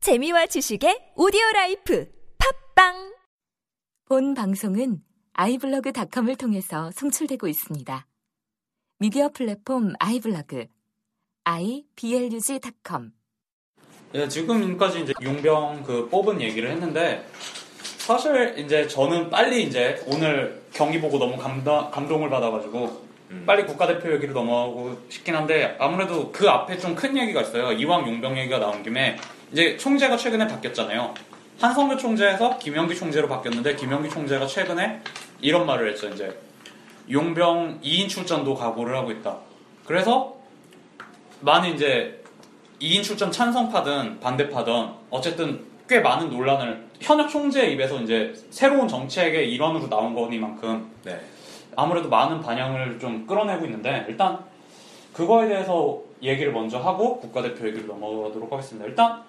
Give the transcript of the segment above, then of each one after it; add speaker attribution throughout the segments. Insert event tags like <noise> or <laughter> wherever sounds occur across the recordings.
Speaker 1: 재미와 지식의 오디오 라이프 팝빵
Speaker 2: 본 방송은 아이블로그닷컴을 통해서 송출되고 있습니다. 미디어 플랫폼 아이블로그 iblog.com
Speaker 3: 예, 지금까지 이제 용병 그 뽑은 얘기를 했는데 사실 이제 저는 빨리 이제 오늘 경기 보고 너무 감다, 감동을 받아가지고 빨리 국가대표 얘기로 넘어가고 싶긴 한데 아무래도 그 앞에 좀 큰 얘기가 있어요. 이왕 용병 얘기가 나온 김에 이제 총재가 최근에 바뀌었잖아요. 한성규 총재에서 김영기 총재로 바뀌었는데 김영기 총재가 최근에 이런 말을 했죠. 이제 용병 2인 출전도 각오를 하고 있다. 그래서 많은 이제 2인 출전 찬성파든 반대파든 어쨌든 꽤 많은 논란을 현역 총재의 입에서 이제 새로운 정책의 일환으로 나온 거니만큼
Speaker 4: 네.
Speaker 3: 아무래도 많은 반향을 좀 끌어내고 있는데 일단 그거에 대해서 얘기를 먼저 하고 국가대표 얘기를 넘어가도록 하겠습니다. 일단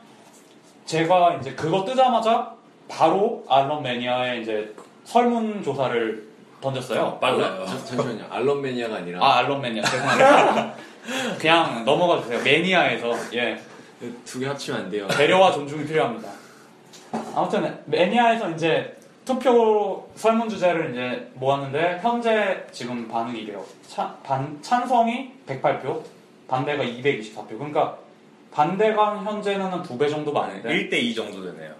Speaker 3: 제가 이제 그거 뜨자마자 바로 알런매니아의 이제 설문 조사를
Speaker 4: 아,
Speaker 3: 던졌어요.
Speaker 4: 빨라요. 잠시만요. 알런매니아가 아니라
Speaker 3: 아 알런매니아 죄송합니다. 그냥 넘어가 주세요. 매니아에서 예.
Speaker 4: 그 두 개 합치면 안
Speaker 5: 네.
Speaker 4: 돼요.
Speaker 3: 배려와 존중이 필요합니다. 아무튼 매니아에서 이제 투표 설문 주제를 이제 모았는데 현재 지금 반응이 이래요. 찬, 반, 찬성이 108표, 반대가 224표. 그러니까 반대가 현재는 한 두 배 정도
Speaker 4: 아,
Speaker 3: 많은데
Speaker 5: 1대2 정도 되네요.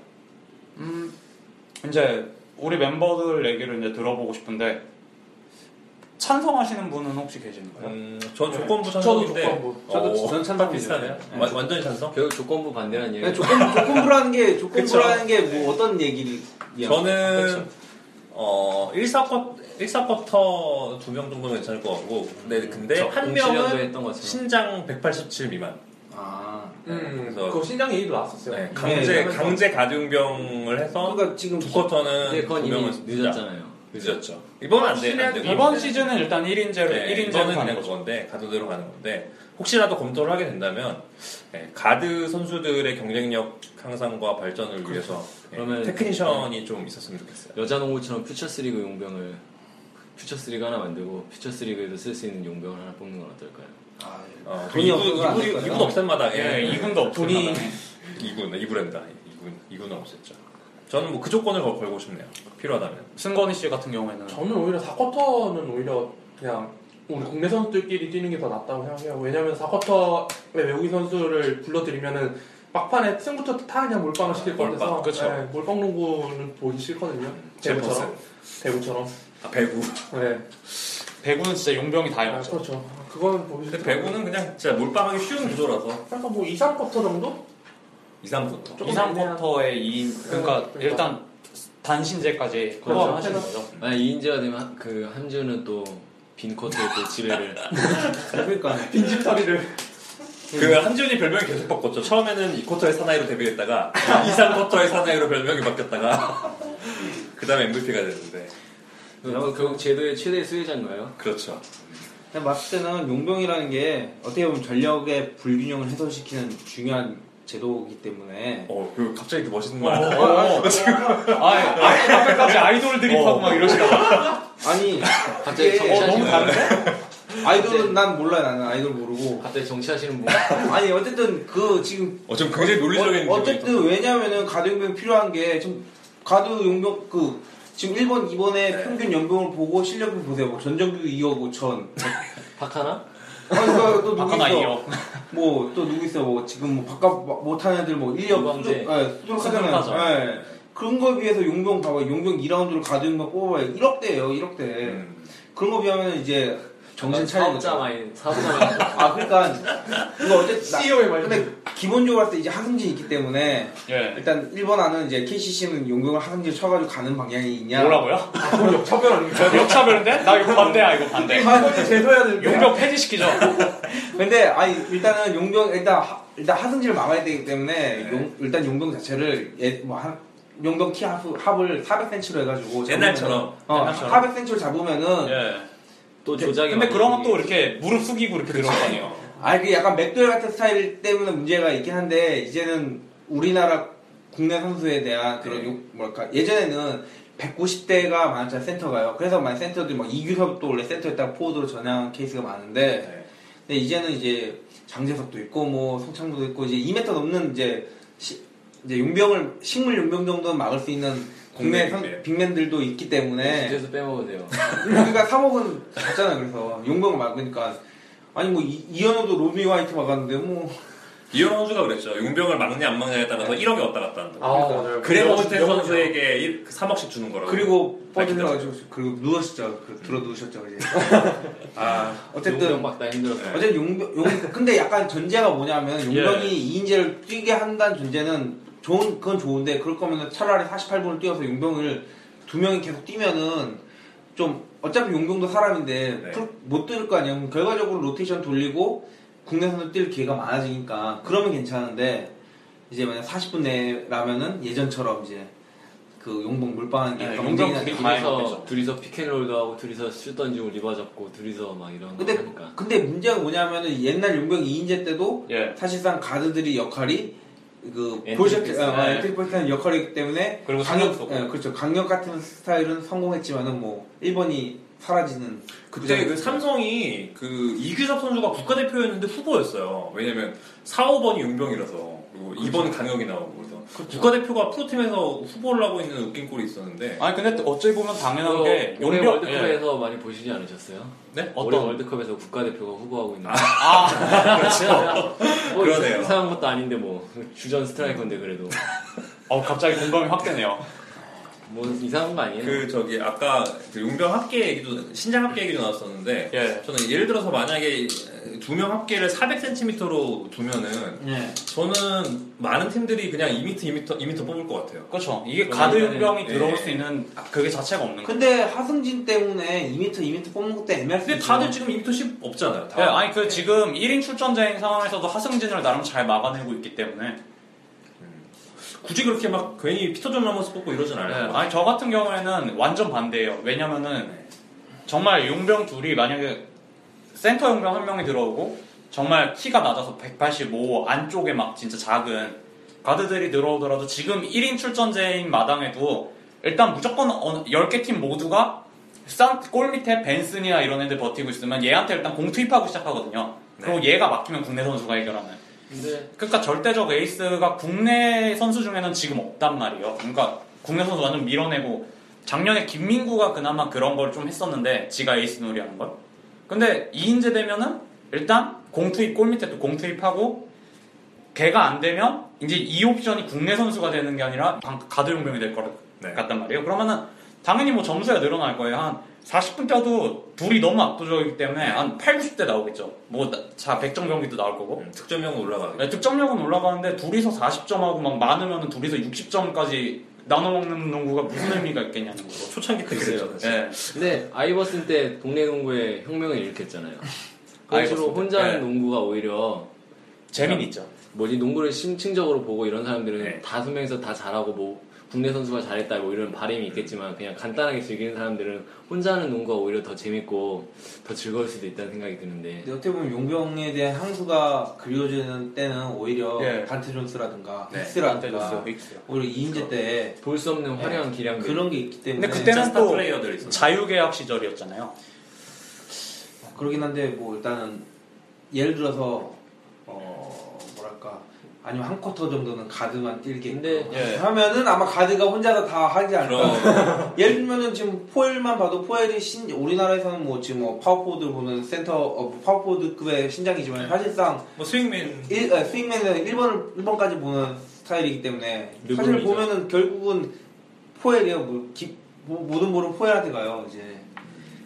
Speaker 3: 이제 우리 멤버들 얘기를 이제 들어보고 싶은데 찬성하시는 분은 혹시 계신가요?
Speaker 5: 음, 전 조건부 찬성인데.
Speaker 6: 저도
Speaker 5: 어,
Speaker 6: 저는 찬성
Speaker 5: 비슷하네요.
Speaker 3: 네.
Speaker 5: 완- 완전 찬성?
Speaker 4: 결국 조건부 반대란 얘기.
Speaker 6: 네, 조건, 조건부라는 게, 조건부라는 게 뭐 어떤 얘기냐.
Speaker 5: 저는 어, 1사쿼, 1사쿼터 두 명 정도는 괜찮을 것 같고. 근데, 근데 한
Speaker 4: 도
Speaker 5: 명은
Speaker 4: 했던 것처럼.
Speaker 5: 신장 187 미만.
Speaker 6: 아.
Speaker 5: 음, 그래서-
Speaker 6: 그거 신장 얘기도 나왔었어요.
Speaker 5: 네,
Speaker 6: 네,
Speaker 5: 강제,
Speaker 6: 그래서-
Speaker 5: 강제 가등병을 해서
Speaker 6: 그러니까 지금.
Speaker 4: 근데
Speaker 5: 두쿼터는
Speaker 4: 그건
Speaker 5: 두
Speaker 4: 이미
Speaker 5: 명은 진짜
Speaker 4: 늦었잖아요. 네.
Speaker 5: 늦었죠. 이번은 안 돼. 안 되고.
Speaker 3: 이번 시즌은 일단 1인제로
Speaker 5: 네,
Speaker 3: 1인제로
Speaker 5: 이거는
Speaker 3: 가는
Speaker 5: 그냥
Speaker 3: 거죠.
Speaker 5: 그건데 가드대로 가는 건데 혹시라도 검토를 하게 된다면 네, 가드 선수들의 경쟁력 향상과 발전을 위해서 네,
Speaker 4: 그러면-
Speaker 5: 테크니션이 좀 있었으면 좋겠어요.
Speaker 4: 여자 농구처럼 퓨처스리그 용병을 퓨처스리그 하나 만들고 퓨처스리그에도 쓸 수 있는 용병을 하나 뽑는 건 어떨까요?
Speaker 6: 아, 예.
Speaker 5: 어,
Speaker 6: 돈이
Speaker 5: 이구-
Speaker 6: 없어서 안
Speaker 5: 이구-
Speaker 6: 될 거예요.
Speaker 5: 이군 없앤마다
Speaker 3: 예,
Speaker 5: 예,
Speaker 3: 이군도 없을
Speaker 6: 돈이-
Speaker 3: 만하네.
Speaker 5: 이군 이군랜다 이군 이군은 없앴죠. 저는 뭐 그 조건을 걸- 걸고 싶네요. 필요하다면.
Speaker 3: 승건이 씨 같은 경우에는
Speaker 7: 저는 오히려 4쿼터는 오히려 그냥 우리 국내 선수들끼리 뛰는 게 더 낫다고 생각해요. 왜냐면 4쿼터에 외국인 선수를 불러들이면은 막판에 승부처 다 그냥 몰빵을 시킬
Speaker 5: 몰빵,
Speaker 7: 거라서
Speaker 3: 그쵸.
Speaker 7: 예, 몰빵 농구는 보기 싫거든요.
Speaker 5: 제퍼슨.
Speaker 7: 대구처럼. 대구처럼.
Speaker 5: 아, 배구.
Speaker 7: 네.
Speaker 3: 배구는 진짜 용병이 다
Speaker 7: 아,
Speaker 3: 해요.
Speaker 7: 그렇죠. 그건 보기
Speaker 5: 근데
Speaker 7: 싫죠.
Speaker 5: 배구는 그냥 진짜 몰빵하기 쉬운 구조라서
Speaker 7: 그래서 뭐 2, 3쿼터 정도?
Speaker 5: 2, 3부터.
Speaker 7: 조금
Speaker 3: 2, 3
Speaker 7: 애매한-
Speaker 3: 쿼터의 2인 그러니까 어,
Speaker 7: 그러니까.
Speaker 3: 일단 단신제까지
Speaker 7: 그렇죠.
Speaker 3: 포함하시는 거죠.
Speaker 4: 만약 이인재가 되면 한- 그 함지훈은 또 빈 코트에 또 지배를
Speaker 5: <laughs>
Speaker 6: 그러니까.
Speaker 7: 빈집 처리를.
Speaker 5: 그 한지훈이 별명이 계속 바꿨죠. 처음에는 2쿼터의 사나이로 데뷔했다가 2, 3쿼터의 사나이로 별명이 바뀌었다가 <laughs> 그 다음에 MVP가 됐는데
Speaker 4: 그럼 결국 제도의 최대 수혜자인가요?
Speaker 5: 그렇죠.
Speaker 6: 근데 봤을 때는 용병이라는 게 어떻게 보면 전력의 불균형을 해소시키는 중요한 제도이기 때문에.
Speaker 5: 어, 그 갑자기 이렇게 멋있는 말.
Speaker 3: 어, 어, 아, 어. 아, 앞에까지 아이돌 드립하고 막 이러시다가
Speaker 6: 아니,
Speaker 4: 갑자기
Speaker 6: 이게-
Speaker 4: 정치하시는
Speaker 3: 너무 다른데?
Speaker 6: 아이돌은 난 몰라요. 나는 아이돌 모르고.
Speaker 4: 갑자기 정치하시는 분
Speaker 6: 아니, 어쨌든 그 지금
Speaker 5: 어, 좀 굉장히 논리적인.
Speaker 6: 어, 어쨌든 왜냐면은 가드 용병 필요한 게 지금 가드 용병 그 지금 1번 2번의 평균 연봉을 보고 실력을 보세요. 뭐 전정규 2억 5천.
Speaker 4: 박하나?
Speaker 6: 아니 그러니까 또 누구
Speaker 3: 박하나
Speaker 6: 있어?
Speaker 3: 이어.
Speaker 6: 뭐 또 누구 있어? 뭐 지금 뭐 바깥 마- 못하는 애들 뭐 1억
Speaker 4: 이광재.
Speaker 3: 수족하죠.
Speaker 6: 수족하잖아요. 예. 그런 거에 비해서 용병 봐봐. 용병 2라운드로 가드 용병 뽑아봐요. 1억대예요. 1억대.
Speaker 5: 음.
Speaker 6: 그런 거 비하면 이제 정신 차리는
Speaker 4: 아, 사업자
Speaker 6: 거죠.
Speaker 4: 마인 사업자 마인
Speaker 6: 아 그러니까 이거 어쨌든 나-
Speaker 7: CEO의 말.
Speaker 6: 근데 기본적으로 봤을 때 이제 하승진 있기 때문에
Speaker 3: 예.
Speaker 6: 일단 1번 안은 이제 KCC는 용병을 하는지 쳐가지고 가는 방향이 있냐?
Speaker 3: 뭐라고요?
Speaker 7: 그건 역차별 아닙니까?
Speaker 3: 저 역차별인데? 나 이거 반대야 아, 이거 반대.
Speaker 7: 이거는 제소해야 되는데.
Speaker 3: 용병 폐지시키죠.
Speaker 6: 근데 아니 일단은 용병 일단 하, 일단 하승진을 막아야 되기 때문에
Speaker 3: 네.
Speaker 6: 용, 일단 용병 자체를 예, 뭐 한, 용병 키 하프, 합을 400cm로 해가지고 잡으면은-
Speaker 5: 옛날처럼.
Speaker 6: 어,
Speaker 3: 옛날처럼.
Speaker 6: 400cm를 잡으면은
Speaker 3: 예.
Speaker 4: 또 조작이
Speaker 3: 근데
Speaker 4: 많이
Speaker 3: 그런 건 또 이렇게 무릎 숙이고 이렇게 들어가네요.
Speaker 6: 아니 그 약간 맥도웰 같은 스타일 때문에 문제가 있긴 한데 이제는 우리나라 국내 선수에 대한 그런
Speaker 5: 네.
Speaker 6: 욕, 뭐랄까 예전에는 190대가 많았잖아요 센터가요 그래서 많이 센터들이 막 이규섭도 원래 센터였다가 포워드로 전향한 케이스가 많은데
Speaker 5: 네.
Speaker 6: 근데 이제는 이제 장재석도 있고 뭐 송창구도 있고 이제 2m 넘는 이제 시- 이제 용병을 식물 용병 정도는 막을 수 있는 국내
Speaker 5: 국내
Speaker 6: 선-
Speaker 5: 빅맨. 네,
Speaker 6: 빅맨들도 있기 때문에
Speaker 4: 주제에서 빼먹으세요.
Speaker 6: 우리가 사먹은 작잖아 그래서 용병을 막으니까 아니 뭐 이- 이현우도 로미 화이트 막았는데 뭐
Speaker 5: 이현호 선수가 그랬죠. 용병을 막느냐 안 막느냐에 따라서 1억이 왔다 갔다 한다.
Speaker 7: 아, 맞아요.
Speaker 5: 네. 그래서
Speaker 7: 명언-
Speaker 5: 호텔
Speaker 7: 명언이요.
Speaker 5: 선수에게 1, 3억씩 주는 거라고.
Speaker 6: 그리고
Speaker 5: 밝힌 대로.
Speaker 6: 뻗으셔가지고 그리고 누웠었죠 그, 들어 누우셨죠 이제 아
Speaker 4: 용병
Speaker 6: 어쨌든 네.
Speaker 4: 막다 힘들었어요.
Speaker 6: 어제 용병, 용, 근데 약간 전제가 뭐냐면
Speaker 4: 예.
Speaker 6: 용병이 2인제를 뛰게 한다는 전제는 좋은, 그건 좋은데 그럴 거면 차라리 48분을 뛰어서 용병을 두 명이 계속 뛰면은 좀 어차피 용병도 사람인데
Speaker 5: 네.
Speaker 6: 풀- 못 뛸 거 아니에요. 그럼 결과적으로 로테이션 돌리고 국내선도 뛸 기회가 많아지니까 그러면 괜찮은데 이제 만약 40분 내라면은 예전처럼 이제 그 용병 물방하는 게
Speaker 4: 네,
Speaker 6: 경쟁이
Speaker 4: 용병 그렇죠. 둘이
Speaker 6: 나니까.
Speaker 4: 둘이서 둘이서 피켄롤도 하고 둘이서 슛 던지고 리바 잡고 둘이서 막 이런 거
Speaker 6: 근데,
Speaker 4: 하니까
Speaker 6: 근데 문제가 뭐냐면은 옛날 용병 2인제 때도
Speaker 3: 예.
Speaker 6: 사실상 가드들이 역할이 그
Speaker 4: 엔트리
Speaker 6: 보이셨
Speaker 4: 패스.
Speaker 6: 어,
Speaker 4: 네.
Speaker 6: 엔트리 포지션 역할이기 때문에
Speaker 3: 그리고
Speaker 6: 강력
Speaker 3: 상력도.
Speaker 6: 예, 그렇죠 강력 같은 스타일은 성공했지만은 뭐 1번이 사라지는
Speaker 5: 그때 그 삼성이 그 이규섭 선수가 국가대표였는데 후보였어요. 왜냐면 4, 5번이 용병이라서 그리고 2번 강혁이 나오고 그렇죠. 그래서 국가대표가 프로팀에서 후보를 하고 있는 웃긴 꼴이 있었는데
Speaker 3: 아니 근데 어찌 보면 당연한 게
Speaker 4: 올해
Speaker 3: 용병 예.
Speaker 4: 월드컵에서 많이 보시지 않으셨어요?
Speaker 5: 네?
Speaker 4: 올해
Speaker 3: 어떤-
Speaker 4: 월드컵에서 국가대표가 후보하고 있는 거.
Speaker 5: 그러네요.
Speaker 4: 이상한 것도 아닌데 뭐 주전 스트라이커인데 그래도
Speaker 3: 어 갑자기 공감이 확 되네요.
Speaker 4: 뭐 이상한 거 아니에요?
Speaker 5: 그 저기 아까 그 용병 합계 얘기도 신장 합계 얘기도 나왔었는데
Speaker 3: 예.
Speaker 5: 저는 예를 들어서 만약에 두 명 합계를 400cm로 두면은
Speaker 6: 예.
Speaker 5: 저는 많은 팀들이 그냥 2m, 2m, 2m 뽑을 것 같아요.
Speaker 3: 그렇죠. 이게 가드
Speaker 4: 그러면은,
Speaker 3: 용병이
Speaker 5: 예.
Speaker 3: 들어올 수 있는 그게 자체가 없는 거예요.
Speaker 6: 근데 하승진 때문에 2m 2m 뽑는 것도 애매할 수
Speaker 5: 근데
Speaker 6: 있어요.
Speaker 5: 다들 지금 2m 10 없잖아요. 다.
Speaker 3: 예, 아니 그 지금 1인 출전자인 상황에서도 하승진을 나름 잘 막아내고 있기 때문에
Speaker 5: 굳이 그렇게 막 괜히 피터 존 라모스 뽑고 이러진
Speaker 3: 예,
Speaker 5: 않아요.
Speaker 3: 아니 저 같은 경우에는 완전 반대예요. 왜냐면은 정말 용병 둘이 만약에 센터 용병 한 명이 들어오고 정말 키가 낮아서 185 안쪽에 막 진짜 작은 가드들이 들어오더라도 지금 1인 출전제인 마당에도 일단 무조건 10개 팀 모두가 쌍- 골 밑에 벤슨이나 이런 애들 버티고 있으면 얘한테 일단 공 투입하고 시작하거든요. 그리고 얘가 막히면 국내 선수가 해결하는.
Speaker 4: 근데
Speaker 3: 그러니까 절대적 에이스가 국내 선수 중에는 지금 없단 말이에요. 그러니까 국내 선수 완전 밀어내고 작년에 김민구가 그나마 그런 걸 좀 했었는데 지가 에이스 놀이하는 걸. 근데 2인제 되면은 일단 공투입 골 밑에 또 공투입하고 걔가 안 되면 이제 이 옵션이 국내 선수가 되는 게 아니라 방- 가드 용병이 될 거
Speaker 5: 네.
Speaker 3: 같단 말이에요. 그러면은 당연히 뭐 점수가 늘어날 거예요. 한 40분 때도 둘이 너무 압도적이기 때문에 한 8, 90대 나오겠죠. 뭐자 100점 경기도 나올 거고.
Speaker 5: 음, 득점력은 올라가고.
Speaker 3: 네, 득점력은 올라가는데 둘이서 40점하고 막 많으면 둘이서 60점까지 나눠먹는 농구가 무슨 의미가 있겠냐는 거죠.
Speaker 5: 초창기 때
Speaker 4: 글쎄요.
Speaker 5: 그랬잖아요.
Speaker 3: 예.
Speaker 4: 근데 아이버슨 때 동네 농구에 혁명을 일으켰잖아요.
Speaker 3: 아이버슨
Speaker 4: 그래서
Speaker 3: 때.
Speaker 4: 혼자 하는
Speaker 5: 네.
Speaker 4: 농구가 오히려
Speaker 3: 재미는 있죠.
Speaker 4: 뭐지 농구를 심층적으로 보고 이런
Speaker 5: 네.
Speaker 4: 사람들은 다섯 명이서 다 잘하고 뭐 국내 선수가 잘했다 뭐 이런 바람이 있겠지만 그냥 간단하게 즐기는 사람들은 혼자 하는 농구가 오히려 더 재밌고 더 즐거울 수도 있다는 생각이 드는데
Speaker 6: 근데 어떻게 보면 용병에 대한 항수가 그려지는 때는 오히려
Speaker 3: 예.
Speaker 6: 단테 존스라든가
Speaker 3: 네,
Speaker 6: 힉스라든가 오히려 2인제 때
Speaker 4: 볼 수 없는 화려한 기량들
Speaker 6: 그런 게 있기 때문에
Speaker 3: 근데 그때는
Speaker 5: 스타
Speaker 3: 또
Speaker 5: 네. 플레이어들이 있었죠.
Speaker 3: 자유계약 시절이었잖아요.
Speaker 6: 그러긴 한데 뭐 일단은 예를 들어서 어 뭐랄까 아니면 한 쿼터 정도는 가드만 뛸게
Speaker 4: 근데
Speaker 3: 예.
Speaker 6: 하면은 아마 가드가 혼자서 다 하지
Speaker 5: 그럼.
Speaker 6: 않을까 <laughs> 예를 들면은 지금 포일만 봐도 포일이 신 우리나라에서는 뭐 지금 뭐 파워포드 보면 센터 어, 파워포드급의 신장이지만 사실상
Speaker 5: 뭐 스윙맨
Speaker 6: 일, 아, 스윙맨은 1번 1번까지 보는 스타일이기 때문에 사실
Speaker 4: 르브론이죠.
Speaker 6: 보면은 결국은 포일이에요 뭐, 기- 뭐, 모든 볼은 포일한테 가요 이제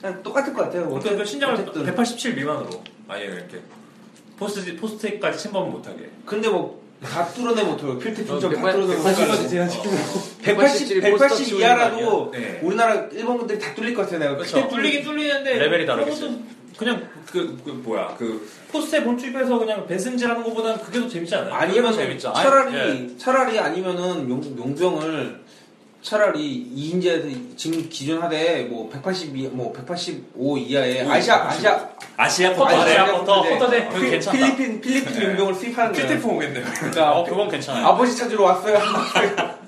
Speaker 6: 그냥 똑같을 것 같아요
Speaker 5: 어떤 그 신장을
Speaker 6: 어쨌든.
Speaker 5: 187 미만으로 아예 이렇게 포스트 포스트까지 침범 못하게.
Speaker 6: 근데 뭐다 뚫어내 못해요. 필트
Speaker 4: 어,
Speaker 6: 핀점 다
Speaker 4: 백팔-
Speaker 6: 뚫어내
Speaker 7: 사실까지
Speaker 6: 못해요.
Speaker 7: 제한시키고
Speaker 6: 180, 180 이하라도
Speaker 5: 네.
Speaker 6: 우리나라 일본분들이 다 뚫릴 것 같아요. 내가
Speaker 5: 그렇죠.
Speaker 6: 그때 뚫리
Speaker 5: 뚫리긴 뚫리는데
Speaker 3: 레벨이
Speaker 5: 그런
Speaker 3: 다르겠지.
Speaker 5: 것도 그냥 그, 그 뭐야 그 포스트에 본투입해서 그냥 벤슨질하는 것보다는 그게 더 예. 재밌지 않아요?
Speaker 6: 아니면
Speaker 3: 재밌죠. 아니,
Speaker 6: 차라리 차라리 아니면은 용, 용병을 차라리 2인제에서 지금 기존 하되 뭐 180, 뭐185 이하의 아시아 아시아
Speaker 5: 아시아
Speaker 3: 쿼터,
Speaker 5: 쿼터
Speaker 3: 아시아
Speaker 5: 아시아
Speaker 3: 쿼터,
Speaker 6: 네.
Speaker 3: 쿼터 대.
Speaker 6: 필-
Speaker 3: 그거 괜찮다.
Speaker 6: 필리핀 필리핀
Speaker 5: 네.
Speaker 6: 용병을 수입하는 거예요.
Speaker 5: 큐티프 오겠네요.
Speaker 6: 그러니까
Speaker 5: <laughs>
Speaker 3: 어, 그건 괜찮아요.
Speaker 6: 아버지 찾으러 왔어요. <laughs>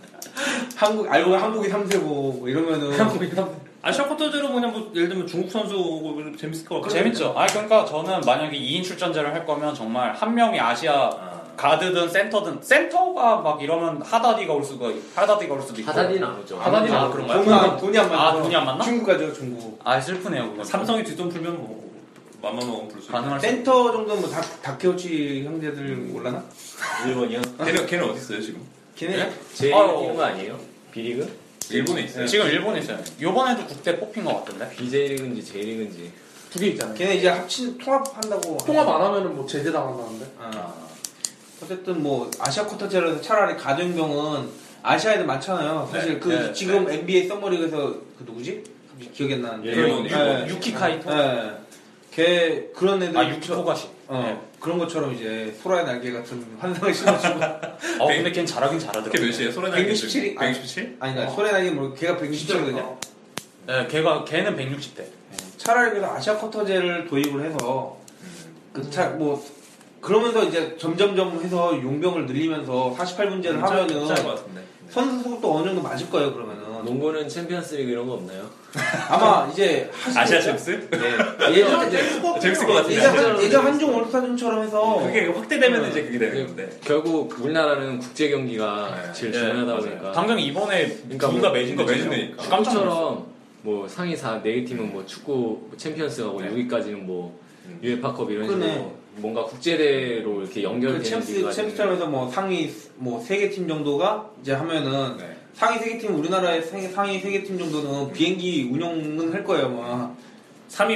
Speaker 6: 한국 알고 보면 한국이 3세고 뭐 이러면은
Speaker 5: 아시아 쿼터대로 그냥 뭐 예를 들면 중국 선수 오고 재밌을 것 같아요.
Speaker 3: 재밌죠. 아 그러니까 저는 만약에 2인 출전제를 할 거면 정말 한 명이 아시아
Speaker 5: 아.
Speaker 3: 가드든 센터든 센터가 막 이러면 하다디가 올 수도 하다디가 올 수도 있고
Speaker 4: 하다디는 안 오죠.
Speaker 3: 하다디는
Speaker 5: 아,
Speaker 3: 안
Speaker 5: 그런
Speaker 3: 그런
Speaker 5: 거야?
Speaker 3: 거야?
Speaker 6: 돈이 안- 돈이 안 맞나?
Speaker 3: 아 돈이 안 맞나?
Speaker 6: 중국 가죠 중국.
Speaker 3: 아 슬프네요 그건.
Speaker 5: 삼성이 뒷돈 풀면 뭐 맘만 먹으면 부를 수 있어.
Speaker 3: 가능할 수 있-
Speaker 6: 센터 정도면 다 다케오치 형제들 몰라나?
Speaker 5: 일본이요? 걔는 걔는 어디 있어요 지금?
Speaker 6: 걔네
Speaker 4: 제
Speaker 3: 아유.
Speaker 4: 리그 아니에요? B리그?
Speaker 5: 일본에 있어요.
Speaker 3: 지금 네. 일본에 있어요. 요번에도 국대 뽑힌 것 같던데.
Speaker 4: BJ리그인지 J리그인지.
Speaker 7: 두 개 있잖아요.
Speaker 6: 걔네 이제 합친 통합한다고.
Speaker 7: 통합 안 하면은 뭐 제재 당한다는데.
Speaker 6: 아. 어쨌든 뭐 아시아 쿼터제라서 차라리 가정경은 아시아에도 많잖아요. 사실
Speaker 5: 네,
Speaker 6: 그
Speaker 5: 네,
Speaker 6: 지금 NBA 썸머리에서 그 누구지? 갑자기 기억이 안
Speaker 3: 예,
Speaker 6: 나는데.
Speaker 5: 일본, 일본.
Speaker 3: 유키 카이토.
Speaker 5: 아,
Speaker 6: 예. 걔 그런 애들
Speaker 3: 아 유키토가시.
Speaker 6: 어
Speaker 3: 네.
Speaker 6: 그런 것처럼 이제 소라의 날개 같은 환상을 심어주고
Speaker 3: <laughs> 어 근데 걘 잘하긴 잘하더라고.
Speaker 5: 걔 몇이에요? 소련이
Speaker 6: 167이?
Speaker 5: 167?
Speaker 6: 아니 그러니까 소라의 날개 모르고 걔가 167거든요.
Speaker 3: 네, 걔가 걔는 160대.
Speaker 6: 차라리 그래서 아시아 쿼터제를 도입을 해서 그차뭐 그러면서 이제 점점점 해서 용병을 늘리면서 48분제를 하면은
Speaker 5: 짤것 같은데.
Speaker 6: 선수 소속도 어느 정도 맞을 거예요 그러면은
Speaker 4: 농구는 챔피언스리그 이런 거 없나요?
Speaker 6: 아마 이제 하시-
Speaker 5: 아시아 챔스?
Speaker 4: 네.
Speaker 6: 예전
Speaker 5: 재밌을 것 같은데.
Speaker 6: 예전 한- 예전 한중 올스타전처럼 해서
Speaker 5: 그게
Speaker 3: 어.
Speaker 5: 확대되면
Speaker 6: 음.
Speaker 5: 이제 그게 되는 건데.
Speaker 4: 결국 우리나라는 국제 경기가
Speaker 5: 네.
Speaker 4: 제일
Speaker 3: 네. 네,
Speaker 4: 중요하다
Speaker 5: 맞아요.
Speaker 4: 보니까
Speaker 3: 당장 이번에
Speaker 4: 그러니까
Speaker 3: 누가
Speaker 4: 뭐,
Speaker 3: 매진 거
Speaker 5: 누가
Speaker 3: 매진해.
Speaker 5: 매진이니까.
Speaker 3: 깜짝 놀랐어.
Speaker 4: 축구처럼 뭐 상위 4, 4개 팀은 뭐 축구 챔피언스 가고
Speaker 5: 네.
Speaker 4: 6위까지는 뭐
Speaker 5: 음.
Speaker 4: 유에파컵 이런
Speaker 6: 그러네.
Speaker 4: 식으로 뭔가 국제대로 이렇게
Speaker 6: 그
Speaker 4: 연결되는
Speaker 6: 챔스
Speaker 4: 리그가 되는
Speaker 6: 챔스전에서 뭐 상위 뭐 세 개 팀 정도가 이제 하면은
Speaker 5: 네.
Speaker 6: 상위 세 개 팀 우리나라의 상위, 상위 세 개 팀 정도는 비행기 운영은 할 거예요 아마
Speaker 5: 3위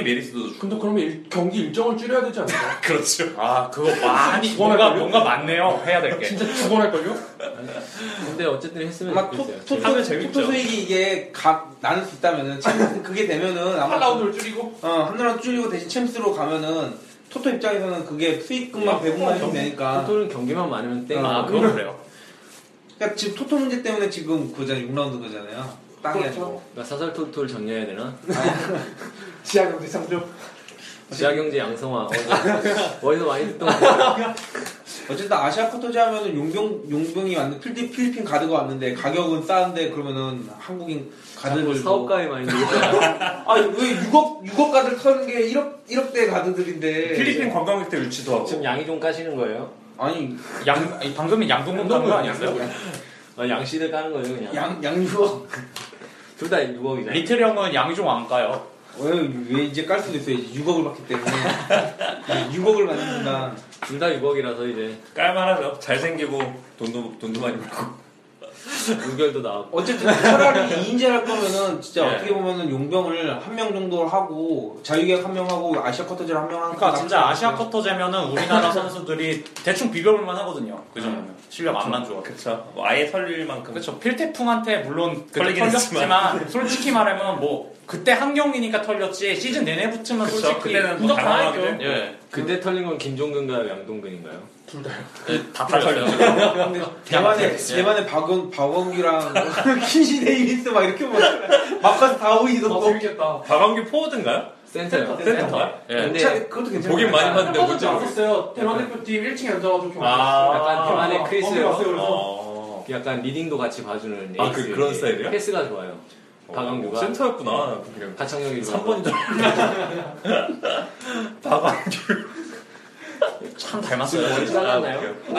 Speaker 3: <laughs>
Speaker 5: 메리스도 좋고.
Speaker 7: 근데 그러면 일- 경기 일정을 줄여야 되지 않나요? <laughs>
Speaker 5: 그렇죠.
Speaker 3: 아 그거 많이 뭔가 뭔가 많네요 해야 될 게.
Speaker 7: 진짜 죽어날걸요?
Speaker 4: 근데 어쨌든 했으면
Speaker 6: 아마
Speaker 4: 좋겠어요.
Speaker 6: 토토
Speaker 5: 하면 재밌죠.
Speaker 6: 토토 수익이 이게 각 나눌 수 있다면은 챔스 그게 되면은
Speaker 7: 한
Speaker 6: 아마
Speaker 7: 라운드를 줄이고
Speaker 6: 어 한나라 줄이고 대신 챔스로 가면은 토토 입장에서는 그게 수익금만 배분만 해주면 되니까
Speaker 4: 토토는 아. 경기만 많으면 땡.
Speaker 3: 아 그건 그래요.
Speaker 6: 그러니까 지금 토토 문제 때문에 지금 그잖아요 6라운드 거잖아요 땅이 아니고
Speaker 4: 나 그러니까 사설 토토를 정리해야 되나?
Speaker 7: 지하경제 상조.
Speaker 4: 지하경제 양성화. 어, 어디서 많이 듣던 거.
Speaker 6: 어쨌든 아시아 쿼터제 하면은 용병 용병이 왔는데 필리, 필리핀 가드가 왔는데 가격은 싸는데 그러면은 한국인
Speaker 4: 자꾸
Speaker 6: 가드들
Speaker 4: 뭐 사업가에 많이 들고.
Speaker 6: 아왜 6억 6억 가드를 타는 게 1억 1억대
Speaker 3: 네,
Speaker 6: 가드들인데
Speaker 5: 필리핀 관광객들 유치도 하고.
Speaker 4: 지금 양이 좀 까시는 거예요?
Speaker 6: 아니
Speaker 3: 양 아니, 방금은 양동근 가는 거 아니었어요?
Speaker 4: 아, 양씨를 까는 거예요 그냥.
Speaker 6: 양 양유억
Speaker 4: 둘 다 6억이잖아.
Speaker 3: 네. 리틀 형은 양이 좀 안 까요.
Speaker 6: 왜왜 이제 깔 수도 있어요 이제 6억을 받기 때문에 6억을 받는다
Speaker 4: 둘다 6억이라서 이제
Speaker 5: 깔만하죠. 잘생기고 돈도 돈도 많이 벌고.
Speaker 4: 물결도
Speaker 5: <laughs>
Speaker 4: 나왔고.
Speaker 6: 어쨌든 차라리 2인제를 할 거면은 진짜
Speaker 5: 예.
Speaker 6: 어떻게 보면은 용병을 한 명 정도 하고 자유계약 한 명 하고 아시아 쿼터제를 한 명 하는
Speaker 3: 그러니까
Speaker 6: 게
Speaker 3: 진짜
Speaker 6: 낫지
Speaker 3: 아시아
Speaker 6: 않을까.
Speaker 3: 커터제면은 <laughs> 우리나라 선수들이 대충 비벼볼만 하거든요. 그 정도면 실력 안만 좋아.
Speaker 5: 그렇죠. 뭐 아예 털릴 만큼.
Speaker 3: 그렇죠. 필태풍한테 물론 그때
Speaker 5: 털리긴
Speaker 3: <laughs> 털렸지만 솔직히 말하면 뭐 그때 한 경기니까 털렸지 시즌 내내 붙으면
Speaker 5: 그쵸.
Speaker 3: 솔직히
Speaker 5: 그때는 뭐
Speaker 3: 무적
Speaker 5: 당황하게
Speaker 3: 당하죠.
Speaker 5: 되고.
Speaker 3: 예,
Speaker 4: 그때 털린 건 김종근가요, 양동근인가요?
Speaker 3: 예, 다
Speaker 5: 그 다
Speaker 3: 털렸어요.
Speaker 6: 근데 대만에 대만에 박원 박원규랑 <laughs> 키시 데이비스 막 이렇게 뭐 막가서 다우이도
Speaker 7: 아,
Speaker 6: 뭐
Speaker 7: 재밌겠다.
Speaker 5: 박원규 포워드인가요?
Speaker 4: 센터요.
Speaker 5: 센터인가요?
Speaker 3: 예.
Speaker 5: 네.
Speaker 4: 네, 근데
Speaker 6: 그것도 괜찮아
Speaker 5: 보긴 많이 봤는데
Speaker 7: 한번도
Speaker 5: 뭔지
Speaker 7: 안
Speaker 5: 모르겠어요.
Speaker 7: 썼어요. 대만
Speaker 3: 네.
Speaker 7: 대표팀 1층에 앉아가지고 경기.
Speaker 5: 아,
Speaker 4: 약간 대만의 크리스
Speaker 7: 요
Speaker 5: 어.
Speaker 4: 약간 리딩도 같이 봐주는
Speaker 5: 아, 그-
Speaker 4: 에이스.
Speaker 5: 그런 스타일이에요?
Speaker 4: 패스가 좋아요. 박원규가. 네.
Speaker 5: 센터였구나.
Speaker 4: 가창력이 좋아서.
Speaker 5: 3번인 줄 알고. 박원규.
Speaker 3: 참 닮았어요.
Speaker 4: 머리
Speaker 5: 아,
Speaker 4: 잘랐나요?
Speaker 3: <laughs>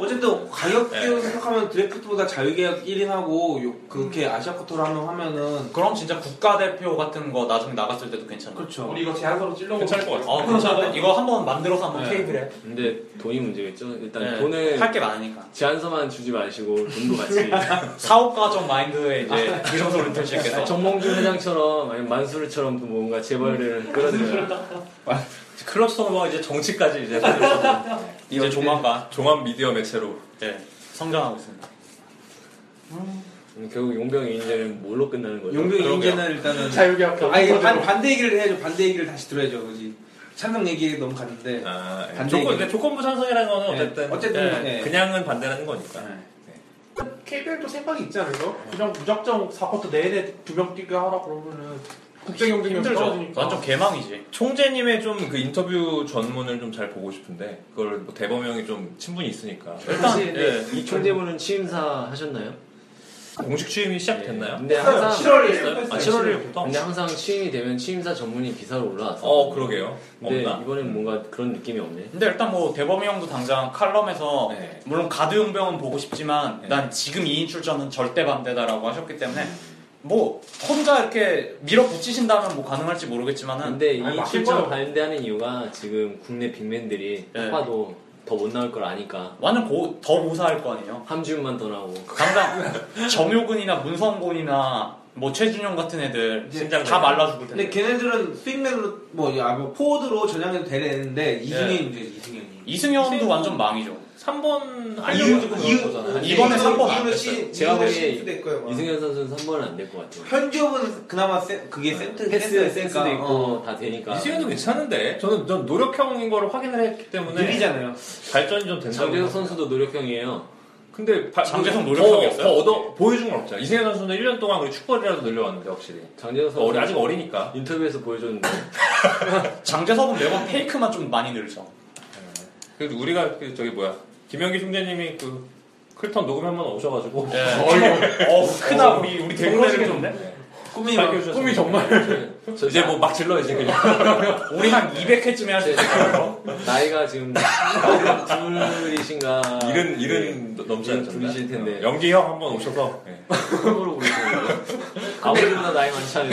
Speaker 6: 어쨌든 가격
Speaker 5: 네.
Speaker 6: 비율 생각하면 드래프트보다 자유계약 1인하고 그렇게 아시아 쿼터를 한명 하면은
Speaker 3: 그럼 진짜 국가대표 같은 거 나중에 나갔을 때도 괜찮아.
Speaker 6: 그렇죠
Speaker 7: 우리 이거 제안서로 찔러보고.
Speaker 5: 괜찮을 것 같아.
Speaker 3: 어, 괜찮아.
Speaker 7: 그렇죠.
Speaker 3: 이거 한번 만들어서 한번
Speaker 6: 네.
Speaker 3: 테이블에.
Speaker 4: 근데 돈이 문제겠죠. 일단
Speaker 5: 예.
Speaker 3: 네.
Speaker 4: 돈을
Speaker 3: 할게 많으니까.
Speaker 4: 제안서만 주지 마시고 돈도
Speaker 5: <laughs>
Speaker 4: 같이
Speaker 5: 예.
Speaker 3: 사업가적 마인드에 이제 이정도
Speaker 4: 네.
Speaker 3: 리틀씨께서
Speaker 4: 정몽준 회장처럼 아니면 만수르처럼 또 뭔가 재벌을 끌어들여요.
Speaker 5: 클럽서버 이제 정치까지 이제 사실은
Speaker 3: 이제 조만간
Speaker 5: 종합 미디어 매체로.
Speaker 3: 네, 성장하고 있습니다.
Speaker 4: 음, 결국 용병의 인재는 뭘로 끝나는 거죠?
Speaker 6: 용병
Speaker 4: 그러게요.
Speaker 6: 2인제는 일단은
Speaker 7: 자유계약
Speaker 6: 아 이게 반, 반대 얘기를 해야죠 반대 얘기를 다시 들어야죠 그지 찬성 얘기 너무 갔는데
Speaker 5: 아, 예.
Speaker 6: 반대
Speaker 5: 조건,
Speaker 6: 얘기.
Speaker 5: 근데 조건부 찬성이라는 건 어쨌든.
Speaker 6: 네. 어쨌든, 네.
Speaker 5: 그냥은 반대라는 거니까. 네.
Speaker 7: KBL도 생각이 있지 않을까? 그냥 무작정 4쿼터 내내 두 명 뛰게 하라 그러면은 국제 경쟁력
Speaker 3: 힘들죠.
Speaker 7: 떨어지니까.
Speaker 3: 완전 개망이지.
Speaker 5: 총재님의 좀 그 인터뷰 전문을 좀 잘 보고 싶은데, 그걸 뭐
Speaker 4: 네.
Speaker 5: 대범형이 좀 친분이 있으니까.
Speaker 3: 일단
Speaker 5: 네.
Speaker 4: 이 총재분은 취임사 하셨나요?
Speaker 5: 공식 취임이 시작됐나요?
Speaker 4: 근데 항상
Speaker 6: 7월
Speaker 5: 아,
Speaker 6: 1일.
Speaker 5: 7월 1일부터?
Speaker 4: 근데 항상 취임이 되면 취임사 전문이 기사로 올라왔어.
Speaker 5: 어, 그러게요.
Speaker 4: 근데
Speaker 5: 없나?
Speaker 4: 이번엔 뭔가 그런 느낌이 없네.
Speaker 3: 근데 일단 뭐 대범이 형도 당장 칼럼에서
Speaker 5: 네.
Speaker 3: 물론 가드 용병은 보고 싶지만
Speaker 5: 네.
Speaker 3: 난 지금 2인 출전은 절대 반대다라고 하셨기 때문에 뭐 혼자 이렇게 밀어붙이신다면 뭐 가능할지 모르겠지만은
Speaker 4: 근데
Speaker 7: 아니,
Speaker 4: 이
Speaker 7: 막힐
Speaker 4: 출전
Speaker 7: 거예요.
Speaker 4: 반대하는 이유가 지금 국내 빅맨들이
Speaker 3: 네.
Speaker 4: 파파도 더 못 나올 걸 아니까
Speaker 3: 완전 고, 더 고사할 거 아니에요.
Speaker 4: 함준만 더 나오고
Speaker 3: 당장 정효근이나 문성곤이나 뭐 최준용 같은 애들
Speaker 5: 진짜
Speaker 3: 다
Speaker 5: 그래요.
Speaker 3: 말라 죽을 텐데.
Speaker 6: 근데 걔네들은 스윙맨으로 뭐 야, 뭐 포워드로 전향해도 되는데 이승현이
Speaker 3: 예.
Speaker 6: 문제지 이승현이.
Speaker 3: 이승현도
Speaker 5: 이승현-
Speaker 3: 완전 망이죠.
Speaker 5: 3번
Speaker 6: 이유-
Speaker 5: 알려주고
Speaker 6: 이유-
Speaker 5: 그런 거잖아요.
Speaker 6: 이유-
Speaker 3: 이번에
Speaker 6: 이유-
Speaker 3: 삼번 안
Speaker 6: 이유는
Speaker 3: 됐어요.
Speaker 6: 시-
Speaker 4: 제가
Speaker 6: 이유는
Speaker 4: 보기에
Speaker 6: 시도 있고요, 뭐.
Speaker 4: 이승현 선수는 3번은 안 될 것 같아요.
Speaker 6: 현지업은 그나마 센- 그게 센트
Speaker 4: 아, 패스 센스도
Speaker 6: 센스였으니까,
Speaker 4: 있고
Speaker 6: 어.
Speaker 4: 다 되니까.
Speaker 5: 이승현도 괜찮은데 저는 전 노력형인 거를 확인을 했기
Speaker 6: 어,
Speaker 5: 때문에
Speaker 6: 느리잖아요.
Speaker 5: 발전이 좀 된다고
Speaker 4: 장재석
Speaker 5: 생각합니다.
Speaker 4: 선수도 노력형이에요.
Speaker 5: 근데 바-
Speaker 3: 장재성
Speaker 5: 더-
Speaker 3: 노력형이었어요?
Speaker 5: 더 얻어 보여준 건 없잖아. 이승현 선수는 1년 동안 그 축구를이라도 늘려왔는데 확실히.
Speaker 4: 장재석 선수
Speaker 5: 어리, 아직 어리니까.
Speaker 4: 인터뷰에서 보여줬는데
Speaker 3: 장재석은 매번 페이크만 좀 많이 늘죠.
Speaker 5: 그래도 우리가 그 저기 뭐야 김영기 총재님이 그 클턴 녹음 한번 오셔가지고
Speaker 3: 예. 어우 크다 우리 우리 대구대를 좀
Speaker 6: 꿈이 막-
Speaker 5: 밝혀주셨어요.
Speaker 7: 꿈이 정말
Speaker 4: 저
Speaker 5: 이제 뭐 막 질러 이제 그냥.
Speaker 3: 우리 한 200회쯤에 할 수 있을 거예요.
Speaker 4: 네. 나이가 지금 둘이신가
Speaker 5: 이른 아, 네. 이른 네. 넘지 어.
Speaker 4: 이른
Speaker 5: 않잖아요.
Speaker 4: 분이실 텐데.
Speaker 5: 영기 형 한번 오셔서
Speaker 4: 처음으로 보이시는데 아무래도 나이 많지 않아요.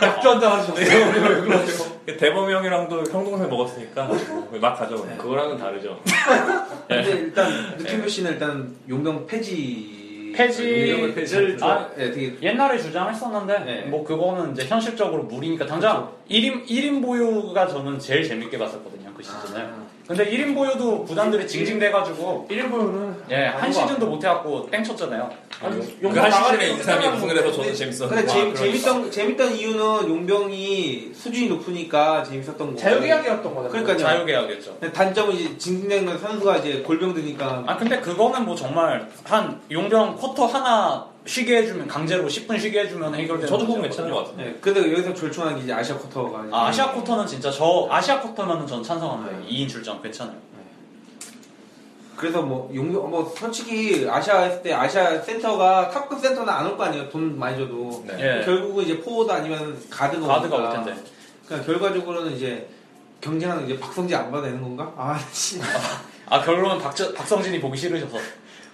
Speaker 7: 약주 한잔
Speaker 3: 네.
Speaker 7: 하셨어요.
Speaker 5: 그 대범이 형이랑도 형 동생 먹었으니까 막 가져오네.
Speaker 4: 그거랑은 다르죠.
Speaker 6: 근데 일단 느낌표 씨는 일단 용병 폐지.
Speaker 4: 용병을 폐지를
Speaker 3: 아,
Speaker 6: 아, 예, 되게
Speaker 3: 옛날에 주장했었는데
Speaker 6: 네.
Speaker 3: 뭐 그거는 이제 현실적으로 무리니까 당장 1인, 1인 보유가 저는 제일 재밌게 봤었거든요 그 시즌을 근데 1인 보유도 구단들이 징징대가지고
Speaker 7: 1인 보유는
Speaker 3: 예, 한 시즌도 못해갖고 땡쳤잖아요
Speaker 5: 그 한 시즌에 2, 3위 우승을 해서 아, 저는
Speaker 6: 근데
Speaker 5: 재밌었는데.
Speaker 6: 재, 재밌던 재밌던 이유는 용병이 수준이 높으니까 재밌었던 거고.
Speaker 3: 네.
Speaker 7: 자유계약이었던 거잖아요.
Speaker 6: 그러니까요.
Speaker 3: 자유계약이었죠
Speaker 6: 근데 단점은 이제 징징대는 선수가 이제 골병 드니까
Speaker 3: 아 근데 그거는 뭐 정말 한 용병 쿼터 하나 쉬게 해주면 강제로 10분 쉬게 해주면 해결되는
Speaker 5: 저도
Speaker 3: 문제였거든요.
Speaker 5: 그건 괜찮은 것 같은데.
Speaker 6: 예, 근데 여기서 절충하는 게 이제 아시아 쿼터가 이제
Speaker 3: 아, 아시아 쿼터는 진짜 저 아시아 쿼터면은 전 찬성합니다 2인 출전 괜찮아요
Speaker 6: 그래서 뭐 용병 뭐 솔직히 아시아 했을 때 아시아 센터가 탑급 센터는 안 올 거 아니에요 돈 많이 줘도
Speaker 5: 네.
Speaker 3: 예.
Speaker 6: 결국은 이제 포워드 아니면 가드가
Speaker 3: 가드가 올
Speaker 6: 오니까.
Speaker 3: 텐데
Speaker 6: 그러니까 결과적으로는 이제 경쟁하는 이제 박성재 안 받아야 되는 건가? 아 씨.
Speaker 3: 아 결론은 박, 박성진이 보기 싫으셔서